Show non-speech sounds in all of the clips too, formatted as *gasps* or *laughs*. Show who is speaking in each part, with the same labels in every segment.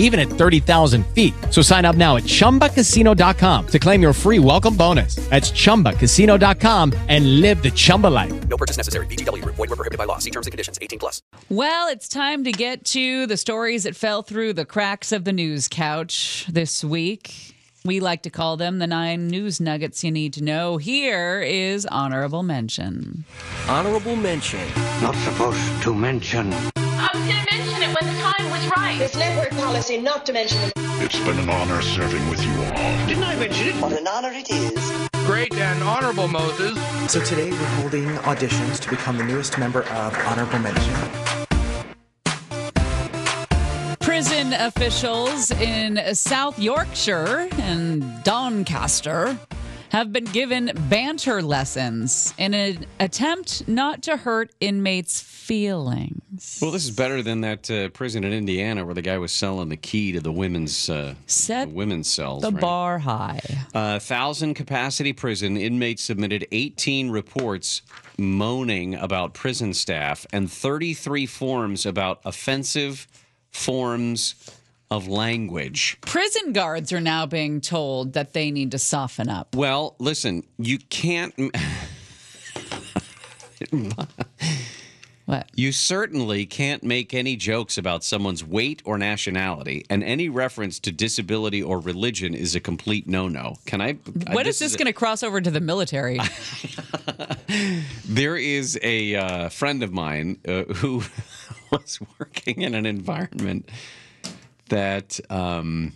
Speaker 1: even at 30,000 feet. So sign up now at ChumbaCasino.com to claim your free welcome bonus. That's ChumbaCasino.com and live the Chumba life.
Speaker 2: No purchase necessary. BGW. Void were prohibited by law. See terms and conditions. 18 plus.
Speaker 3: Well, it's time to get to the stories that fell through the cracks of the news couch this week. We like to call them the nine news nuggets you need to know. Here is honorable mention.
Speaker 4: Honorable mention.
Speaker 5: Not supposed to mention.
Speaker 6: I was going to mention it when the time was right.
Speaker 7: It's network policy not to mention it.
Speaker 8: It's been an honor serving with you all.
Speaker 9: Didn't I mention it?
Speaker 10: What an honor it is.
Speaker 11: Great and honorable Moses.
Speaker 12: So today we're holding auditions to become the newest member of Honorable Mention.
Speaker 3: Prison officials in South Yorkshire and Doncaster have been given banter lessons in an attempt not to hurt inmates' feelings.
Speaker 13: Well, this is better than that uh, prison in Indiana where the guy was selling the key to the women's uh,
Speaker 3: Set
Speaker 13: the women's cells.
Speaker 3: The
Speaker 13: right?
Speaker 3: bar high.
Speaker 13: Uh, thousand capacity prison inmates submitted 18 reports moaning about prison staff and 33 forms about offensive forms of language.
Speaker 3: Prison guards are now being told that they need to soften up.
Speaker 13: Well, listen, you can't.
Speaker 3: What?
Speaker 13: You certainly can't make any jokes about someone's weight or nationality, and any reference to disability or religion is a complete no-no. Can I?
Speaker 3: What is this going to cross over to the
Speaker 13: *laughs*
Speaker 3: military?
Speaker 13: There is a uh, friend of mine uh, who *laughs* was working in an environment that um,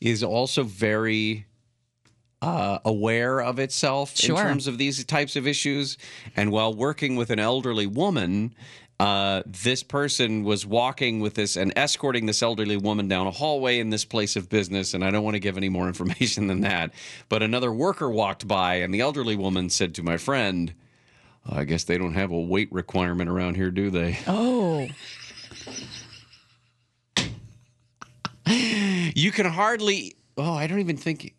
Speaker 13: is also very uh, aware of itself
Speaker 3: Sure.
Speaker 13: in terms of these types of issues. And while working with an elderly woman, uh, this person was walking with this and escorting this elderly woman down a hallway in this place of business. And I don't want to give any more *laughs* information than that. But another worker walked by, and the elderly woman said to my friend, "Oh, I guess they don't have a weight requirement around here, do they?
Speaker 3: oh,
Speaker 13: You can hardly. Oh, I don't even think.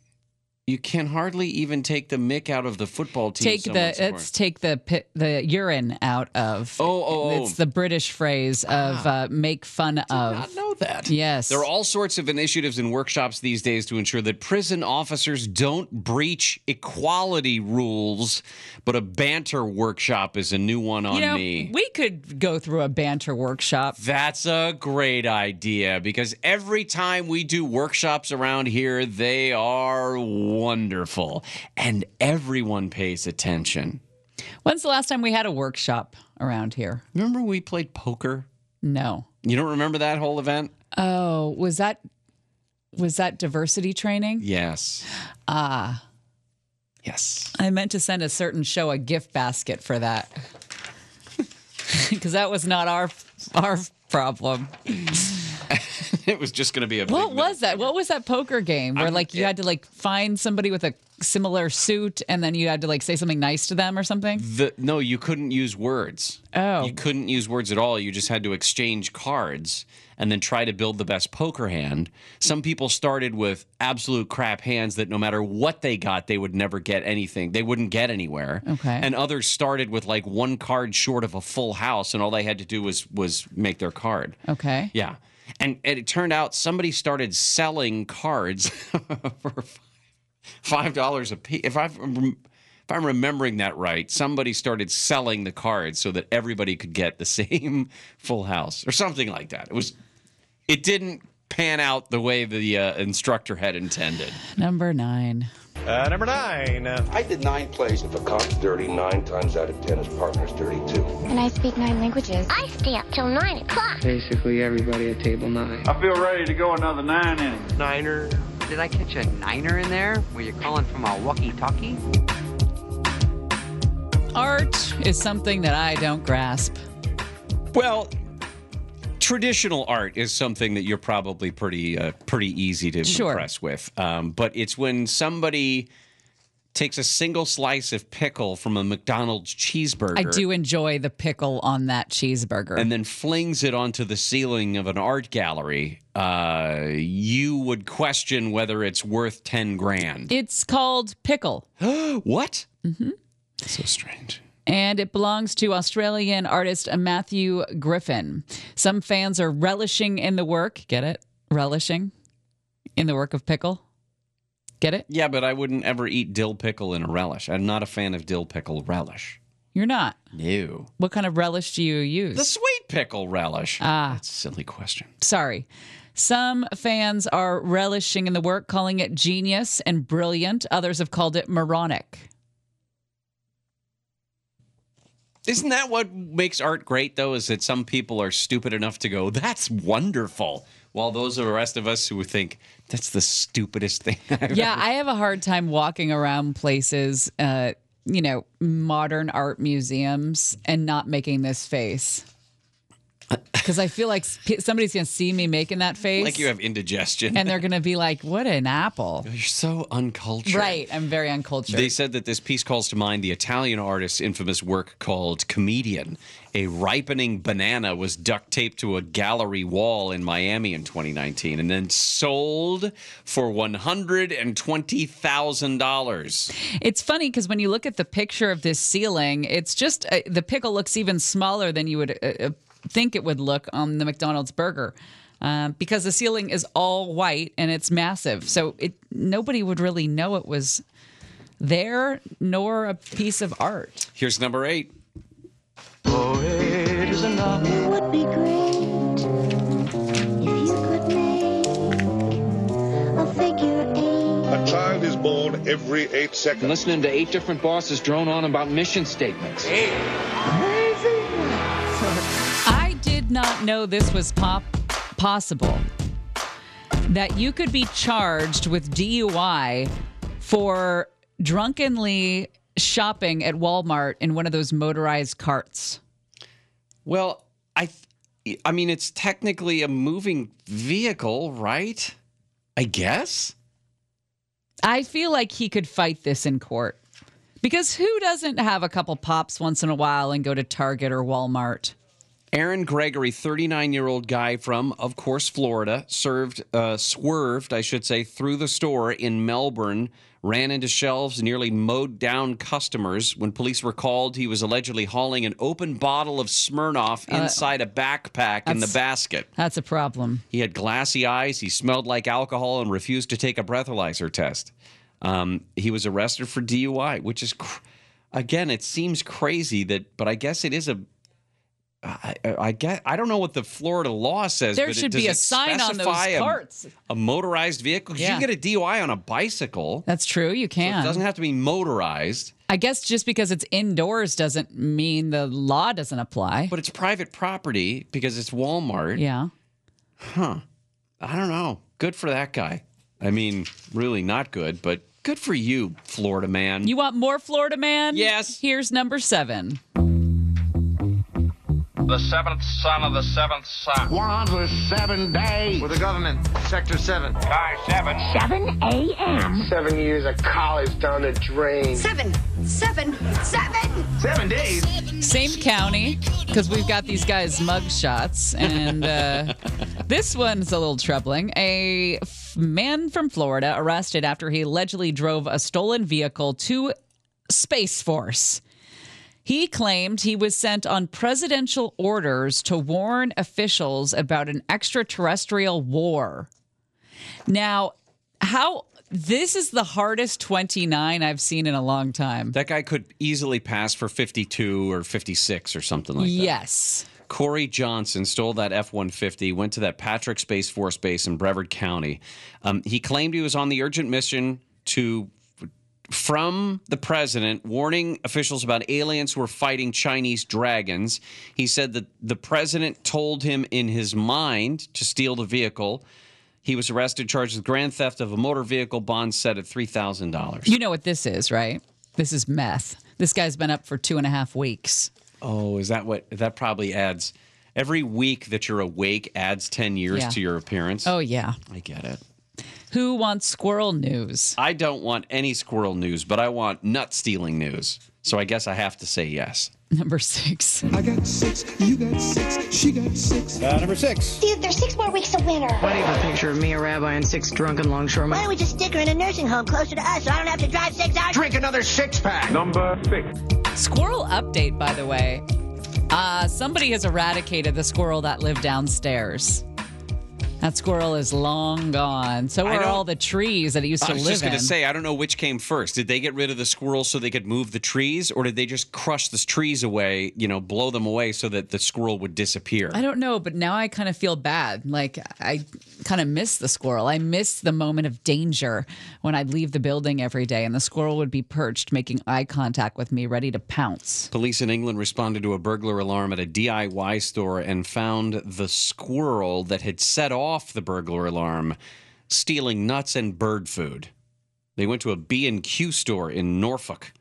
Speaker 13: You can hardly even take the mick out of the football team.
Speaker 3: take
Speaker 13: someone
Speaker 3: the
Speaker 13: supports.
Speaker 3: let's take the pi- the urine out of.
Speaker 13: Oh, oh, oh. Ah.
Speaker 3: it's the British phrase of uh, make fun
Speaker 13: not
Speaker 3: of.
Speaker 13: know that.
Speaker 3: Yes.
Speaker 13: There are all sorts of initiatives and workshops these days to ensure that prison officers don't breach equality rules, but a banter workshop is a new one on
Speaker 3: you know,
Speaker 13: me.
Speaker 3: we could go through a banter workshop.
Speaker 13: That's a great idea because every time we do workshops around here, they are wonderful and everyone pays attention.
Speaker 3: When's the last time we had a workshop around here?
Speaker 13: Remember we played poker?
Speaker 3: No.
Speaker 13: You don't remember that whole event?
Speaker 3: Oh, was that was that diversity training?
Speaker 13: Yes.
Speaker 3: Ah,
Speaker 13: Yes. *laughs*
Speaker 3: I meant to send a certain show a gift basket for that *laughs* because that was not our our problem.
Speaker 13: it was just going to be a big
Speaker 3: What was that? What was that poker game where like you had to like find somebody with a similar suit and then you had to like say something nice to them or something?
Speaker 13: The, no, you couldn't use words.
Speaker 3: Oh.
Speaker 13: You couldn't use words at all. You just had to exchange cards and then try to build the best poker hand. Some people started with absolute crap hands that no matter what they got, they would never get anything. They wouldn't get anywhere.
Speaker 3: Okay.
Speaker 13: And others started with like one card short of a full house and all they had to do was was make their card.
Speaker 3: Okay.
Speaker 13: Yeah. And, and it turned out somebody started selling cards *laughs* for five dollars a piece. If I if I'm remembering that right, somebody started selling the cards so that everybody could get the *laughs* same full house or something like that. It was it didn't pan out the way the uh, instructor had intended.
Speaker 3: Number 9.
Speaker 9: Uh, number nine.
Speaker 10: I did nine plays.
Speaker 14: If a cop's dirty, nine times out of ten, his partner's dirty too.
Speaker 7: And I speak nine languages.
Speaker 6: I stay up till 9 o'clock.
Speaker 4: Basically, everybody at table nine.
Speaker 9: I feel ready to go another nine innings. Niner.
Speaker 4: Did I catch a niner in there? Were you calling from a walkie-talkie?
Speaker 3: Art is something that I don't grasp.
Speaker 13: Well, traditional art is something that you're probably pretty uh, pretty easy to
Speaker 3: Sure.
Speaker 13: impress with, um, but it's when somebody takes a single slice of pickle from a McDonald's cheeseburger.
Speaker 3: I do enjoy the pickle on that cheeseburger.
Speaker 13: and then flings it onto the ceiling of an art gallery, uh, you would question whether it's worth 10 grand.
Speaker 3: it's called Pickle.
Speaker 13: what?
Speaker 3: hmm
Speaker 13: So strange.
Speaker 3: And it belongs to Australian artist Matthew Griffin. Some fans are relishing in the work. Get it? Relishing in the work of pickle. Get it?
Speaker 13: Yeah, but I wouldn't ever eat dill pickle in a relish. I'm not a fan of dill pickle relish.
Speaker 3: You're not.
Speaker 13: No.
Speaker 3: What kind of relish do you use?
Speaker 13: The sweet pickle relish.
Speaker 3: Ah.
Speaker 13: That's a silly question.
Speaker 3: Sorry. Some fans are relishing in the work, calling it genius and brilliant. Others have called it moronic.
Speaker 13: Isn't that what makes art great, though? Is that some people are stupid enough to go, that's wonderful, while those of the rest of us who think, that's the stupidest thing *laughs* I've
Speaker 3: yeah, I have a hard time walking around places, uh, you know, modern art museums, and not making this face. Because I feel like sp- somebody's going to see me making that face.
Speaker 13: Like you have indigestion.
Speaker 3: And they're going to be like, what an
Speaker 13: *laughs*
Speaker 3: apple.
Speaker 13: You're so uncultured.
Speaker 3: Right. I'm very uncultured.
Speaker 13: They said that this piece calls to mind the Italian artist's infamous work called Comedian. A ripening banana was duct taped to a gallery wall in Miami in 2019 and then sold for $120,000.
Speaker 3: It's funny because when you look at the picture of this ceiling, it's just uh, the pickle looks even smaller than you would uh, uh, think it would look on the McDonald's burger. Um, because the ceiling is all white and it's massive, so it nobody would really know it was there, nor a piece of art.
Speaker 13: Here's number eight.
Speaker 9: It is enough.
Speaker 6: Would be great if you could make a figure eight.
Speaker 14: A child is born every eight seconds.
Speaker 15: Listening to eight different bosses drone on about mission statements.
Speaker 3: I did not know this was pop possible. That you could be charged with DUI for drunkenly shopping at Walmart in one of those motorized carts.
Speaker 13: Well, I th- I mean it's technically a moving vehicle, right? I guess.
Speaker 3: I feel like he could fight this in court. Because who doesn't have a couple pops once in a while and go to Target or Walmart?
Speaker 13: Aaron Gregory, 39 year old guy from, of course, Florida, served, uh, swerved, I should say, through the store in Melbourne, ran into shelves, nearly mowed down customers. When police were called, he was allegedly hauling an open bottle of Smirnoff
Speaker 3: Uh,
Speaker 13: inside a backpack in the
Speaker 3: that's-
Speaker 13: basket.
Speaker 3: That's a problem.
Speaker 13: He had glassy eyes, he smelled like alcohol, and refused to take a breathalyzer test. Um, he was arrested for DUI, which is, cr- again, it seems crazy that, but I guess it is a. I, I- I guess I don't know what the Florida law says.
Speaker 3: There
Speaker 13: but it-
Speaker 3: should
Speaker 13: does
Speaker 3: be a
Speaker 13: it
Speaker 3: sign on those
Speaker 13: specify a-
Speaker 3: carts.
Speaker 13: A, motorized vehicle. 'Cause
Speaker 3: Yeah.
Speaker 13: You can get a DUI on a bicycle.
Speaker 3: That's true. You
Speaker 13: So
Speaker 3: can.
Speaker 13: it doesn't have to be motorized.
Speaker 3: I guess just because it's indoors doesn't mean the law doesn't apply.
Speaker 13: But it's private property because it's Walmart.
Speaker 3: Yeah.
Speaker 13: Huh. I don't know. Good for that guy. I mean, really not good, but good for you, Florida man.
Speaker 3: You want more Florida man? Yes. Here's number seven.
Speaker 16: The seventh son of the seventh son. One Ah. for seven days. With the government, Sector 7. Guy 7. 7 a.m. Seven years of college down the drain.
Speaker 7: Seven, seven, seven.
Speaker 16: Seven days?
Speaker 3: Same county, because we've got these guys' mug shots. And
Speaker 13: *laughs*
Speaker 3: uh, this one's a little troubling. A f- man from Florida arrested after he allegedly drove a stolen vehicle to Space Force. He claimed he was sent on presidential orders to warn officials about an extraterrestrial war. Now, how this is the hardest 29 I've seen in a long time.
Speaker 13: That guy could easily pass for 52 or 56 or something like that.
Speaker 3: yes.
Speaker 13: Corey Johnson stole that F 150, went to that Patrick Space Force Base in Brevard County. Um, he claimed he was on the urgent mission to. From the president, warning officials about aliens who were fighting Chinese dragons. He said that the president told him in his mind to steal the vehicle. He was arrested, charged with grand theft of a motor vehicle, bond set at $3,000.
Speaker 3: You know what this is, right? This is meth. This guy's been up for two and a half weeks.
Speaker 13: Oh, is that what that probably adds? Every week that you're awake adds 10 years
Speaker 3: Yeah.
Speaker 13: to your appearance.
Speaker 3: Oh, yeah.
Speaker 13: I get it.
Speaker 3: Who wants squirrel news? *laughs*
Speaker 13: I don't want any squirrel news, but I want nut stealing news. So I guess I have to say yes.
Speaker 3: Number six.
Speaker 17: I got six, you got six, she got six.
Speaker 13: Uh, number six.
Speaker 6: Dude, there's six more weeks of winter.
Speaker 18: Why do you have a picture of me, a rabbi, and six drunken longshoremen?
Speaker 6: Why don't we just stick her in a nursing home closer to us so I don't have to drive six hours?
Speaker 16: Drink another six pack. Number six.
Speaker 3: Squirrel update, by the way. Uh, somebody has eradicated the squirrel that lived downstairs. That squirrel is long gone. So
Speaker 13: I
Speaker 3: are
Speaker 13: don't-
Speaker 3: all the trees that it used
Speaker 13: I
Speaker 3: to
Speaker 13: was
Speaker 3: live
Speaker 13: just
Speaker 3: in.
Speaker 13: going to say, I don't know which came first. Did they get rid of the squirrels so they could move the trees, or did they just crush the trees away, you know, blow them away so that the squirrel would disappear?
Speaker 3: I don't know, but now I kind of feel bad. Like I kind of miss the squirrel. I miss the moment of danger when I'd leave the building every day and the squirrel would be perched, making eye contact with me, ready to pounce.
Speaker 13: Police in England responded to a burglar alarm at a DIY store and found the squirrel that had set off the burglar alarm stealing nuts and bird food. They went to a B&Q store in Norfolk.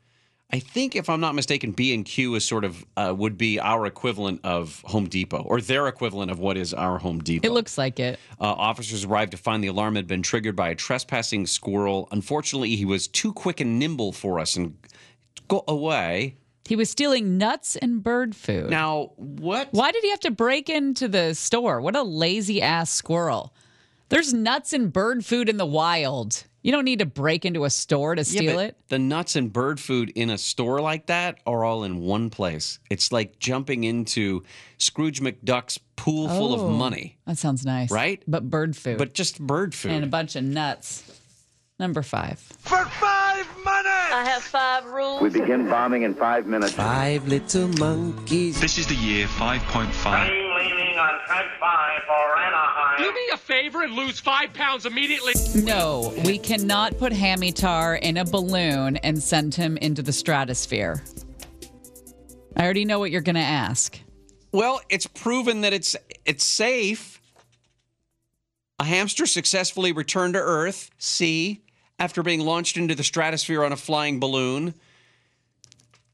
Speaker 13: I think if I'm not mistaken B&Q is sort of uh, would be our equivalent of Home Depot or their equivalent of what is our Home Depot.
Speaker 3: It looks like it.
Speaker 13: Uh, officers arrived to find the alarm had been triggered by a trespassing squirrel. Unfortunately, he was too quick and nimble for us and got away.
Speaker 3: He was stealing nuts and bird food.
Speaker 13: Now, what?
Speaker 3: Why did he have to break into the store? What a lazy ass squirrel. There's nuts and bird food in the wild. You don't need to break into a store to
Speaker 13: Yeah,
Speaker 3: steal
Speaker 13: but
Speaker 3: it.
Speaker 13: The nuts and bird food in a store like that are all in one place. It's like jumping into Scrooge McDuck's pool full
Speaker 3: Oh,
Speaker 13: of money,
Speaker 3: That sounds nice.
Speaker 13: right?
Speaker 3: But bird food.
Speaker 13: But just bird food.
Speaker 3: And a bunch of nuts. Number five.
Speaker 16: For five minutes! I have five rules.
Speaker 19: We begin bombing in five minutes.
Speaker 12: Five little monkeys.
Speaker 20: This is the year 5.5.
Speaker 16: leaning on track five for Anaheim.
Speaker 11: Do me a favor and lose five pounds immediately.
Speaker 3: No, we cannot put Hammy Tar in a balloon and send him into the stratosphere. I already know what you're going to ask.
Speaker 13: Well, it's proven that it's it's safe. A hamster successfully returned to Earth, see, after being launched into the stratosphere on a flying balloon.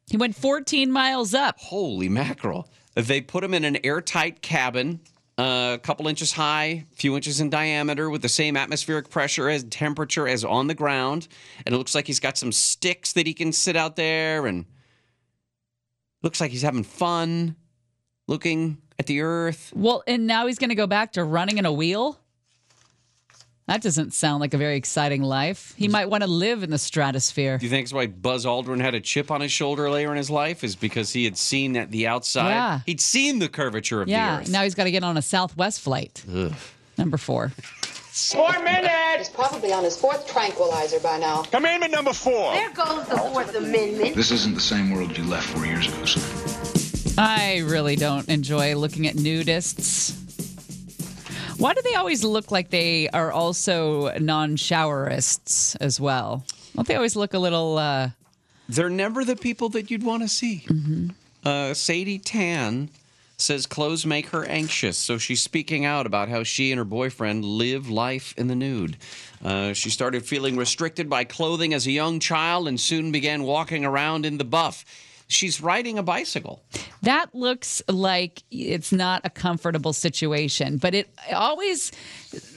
Speaker 3: He went 14 miles up.
Speaker 13: Holy mackerel. They put him in an airtight cabin, uh, a couple inches high, a few inches in diameter, with the same atmospheric pressure and temperature as on the ground. And it looks like he's got some sticks that he can sit out there and looks like he's having fun looking at the Earth.
Speaker 3: Well, and now he's going to go back to running in a wheel? That doesn't sound like a very exciting life. He might want to live in the stratosphere.
Speaker 13: Do you think it's why Buzz Aldrin had a chip on his shoulder later in his life? Is because he had seen at the outside.
Speaker 3: Yeah.
Speaker 13: He'd seen the curvature of
Speaker 3: Yeah,
Speaker 13: the
Speaker 3: now he's got to get on a Southwest flight.
Speaker 13: earth. Ugh.
Speaker 3: Number four.
Speaker 16: Four minutes!
Speaker 21: He's probably on his fourth tranquilizer by now.
Speaker 16: Commandment number four.
Speaker 21: There goes the Fourth Amendment.
Speaker 22: This isn't the same world you left four years ago, son.
Speaker 3: I really don't enjoy looking at nudists. Why do they always look like they are also non showerists as well? Don't they always look a little. Uh,
Speaker 13: They're never the people that you'd want to see.
Speaker 3: Mm-hmm.
Speaker 13: Uh, Sadie Tan says clothes make her anxious, so she's speaking out about how she and her boyfriend live life in the nude. Uh, she started feeling restricted by clothing as a young child and soon began walking around in the buff. She's riding a bicycle.
Speaker 3: that looks like it's not a comfortable situation, but it always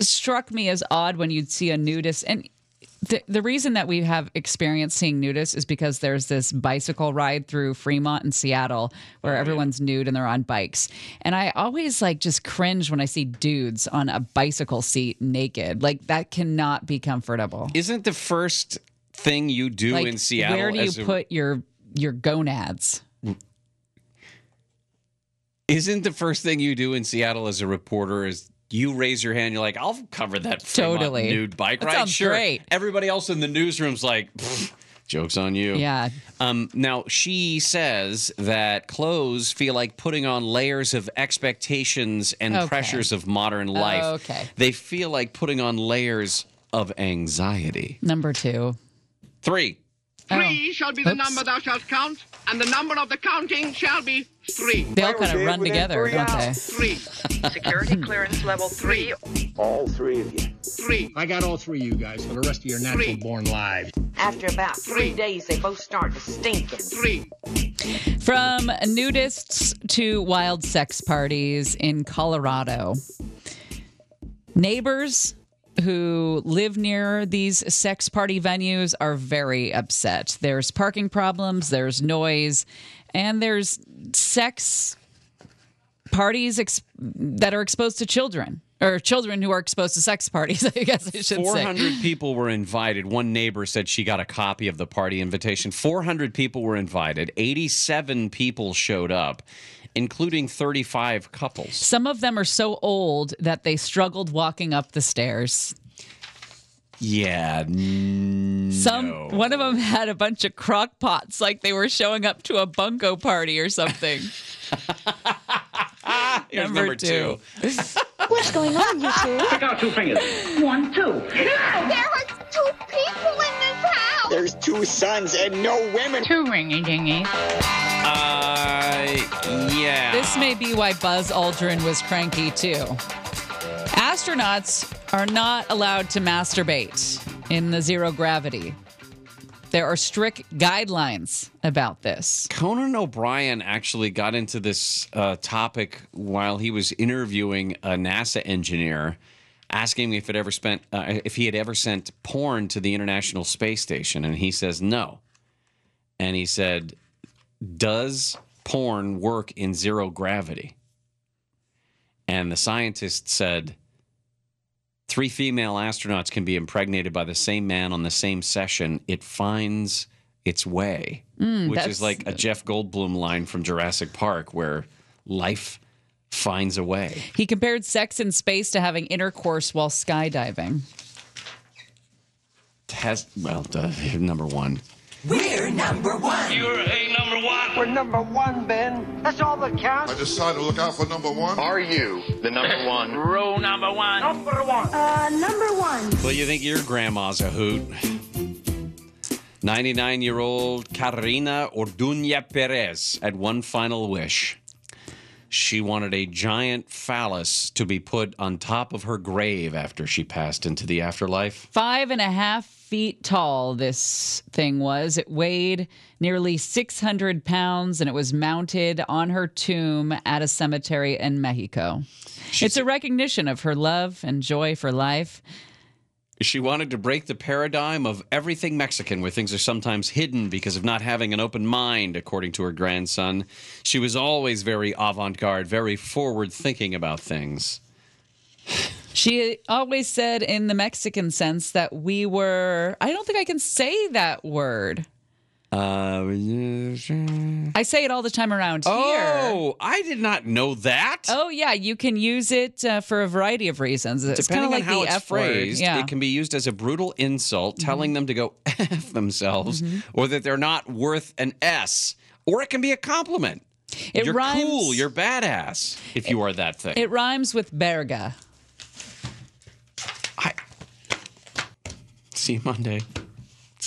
Speaker 3: struck me as odd when you'd see a nudist. And the, the reason that we have experienced seeing nudists is because there's this bicycle ride through Fremont and Seattle
Speaker 13: Oh,
Speaker 3: where everyone's nude and they're on bikes. And I always like just cringe when I see dudes on a bicycle seat naked. Like that cannot be comfortable.
Speaker 13: Isn't the first thing you do
Speaker 3: like,
Speaker 13: in Seattle?
Speaker 3: Where do you
Speaker 13: as a-
Speaker 3: put your your gonads?
Speaker 13: Isn't the first thing you do in Seattle as a reporter is you raise your hand? You're like, I'll cover that Fremont
Speaker 3: Totally.
Speaker 13: nude bike
Speaker 3: That
Speaker 13: ride.
Speaker 3: sounds
Speaker 13: sure.
Speaker 3: great.
Speaker 13: Everybody else in the newsroom's like, "Pfft, jokes on you.
Speaker 3: Yeah.
Speaker 13: Um, now she says that clothes feel like putting on layers of expectations and
Speaker 3: Okay.
Speaker 13: pressures of modern life.
Speaker 3: Okay.
Speaker 13: They feel like putting on layers of anxiety.
Speaker 3: Number two.
Speaker 13: Three.
Speaker 3: Three
Speaker 16: shall
Speaker 3: be the Oh. Oops. number
Speaker 16: thou shalt count, and the number of the counting shall be three.
Speaker 3: They all kind of run together, don't they?
Speaker 16: Three. Security clearance level three.
Speaker 14: All three of you.
Speaker 16: Three. I got all three of you guys for the rest of your natural born lives.
Speaker 18: After about three days, they both start to stink.
Speaker 16: Three.
Speaker 3: From nudists to wild sex parties in Colorado. Neighbors who live near these sex party venues are very upset. There's parking problems, there's noise, and there's sex parties ex- that are exposed to children or children who are exposed to sex parties. *laughs* I guess I should
Speaker 13: Four
Speaker 3: say.
Speaker 13: hundred *gasps* people were invited. One neighbor said she got a copy of the party invitation. Four hundred people were invited. Eighty-seven people showed up, including thirty-five couples.
Speaker 3: Some of them are so old that they struggled walking up the stairs.
Speaker 13: Yeah. n-
Speaker 3: Some
Speaker 13: no.
Speaker 3: one of them had a bunch of crock pots, like they were showing up to a bunko party
Speaker 18: *laughs*
Speaker 3: or something.
Speaker 13: Ah, Here's
Speaker 3: number
Speaker 13: number two.
Speaker 6: What's going on, you
Speaker 16: *laughs*
Speaker 6: two?
Speaker 16: Stick out two fingers. One, two.
Speaker 7: There are two people in this house.
Speaker 10: There's two sons and no women.
Speaker 18: Two ringy dingy.
Speaker 13: Uh, yeah.
Speaker 3: This may be why Buzz Aldrin was cranky too. Astronauts are not allowed to masturbate in the zero gravity. There are strict guidelines about this.
Speaker 13: Conan O'Brien actually got into this uh, topic while he was interviewing a NASA engineer, asking if it ever spent uh, if he had ever sent porn to the International Space Station, and he says no. And he said, "Does porn work in zero gravity?" And the scientist said, three female astronauts can be impregnated by the same man on the same session. It finds its way,
Speaker 3: Mm,
Speaker 13: which
Speaker 3: that's-
Speaker 13: is like a Jeff Goldblum line from Jurassic Park, where life finds a way.
Speaker 3: He compared sex in space to having intercourse while skydiving.
Speaker 13: Test well, duh, number one.
Speaker 16: We're number one. You're a number one. We're number one, Ben. That's all that counts.
Speaker 8: I decided to look out for number one. Are you the number one?
Speaker 11: Rule number one. Number one.
Speaker 7: Uh, number one.
Speaker 13: Well, you think your grandma's a hoot? 99 year old Karina Orduña Perez had one final wish. She wanted a giant phallus to be put on top of her grave after she passed into the afterlife.
Speaker 3: Five and a half feet tall, this thing was. It weighed nearly 600 pounds and it was mounted on her tomb at a cemetery in Mexico. it's a recognition of her love and joy for life.
Speaker 13: She wanted to break the paradigm of everything Mexican, where things are sometimes hidden because of not having an open mind, according to her grandson. She was always very avant garde, very forward thinking about things.
Speaker 3: She always said, in the Mexican sense, that we were, I don't think I can say that word.
Speaker 13: Uh,
Speaker 3: I say it all the time around here.
Speaker 13: Oh, I did not know that.
Speaker 3: Oh, yeah. You can use it uh, for a variety of reasons. It's kind of
Speaker 13: Depending
Speaker 3: like
Speaker 13: on how
Speaker 3: the
Speaker 13: it's
Speaker 3: F word.
Speaker 13: phrased,
Speaker 3: Yeah. Mm-hmm.
Speaker 13: it can be used as a brutal insult, telling them to go *laughs* F themselves or that they're not worth an S. Or it can be a compliment.
Speaker 3: It
Speaker 13: you're
Speaker 3: rhymes-
Speaker 13: cool, you're badass if you are that thing.
Speaker 3: It rhymes with Berga.
Speaker 13: See you Monday.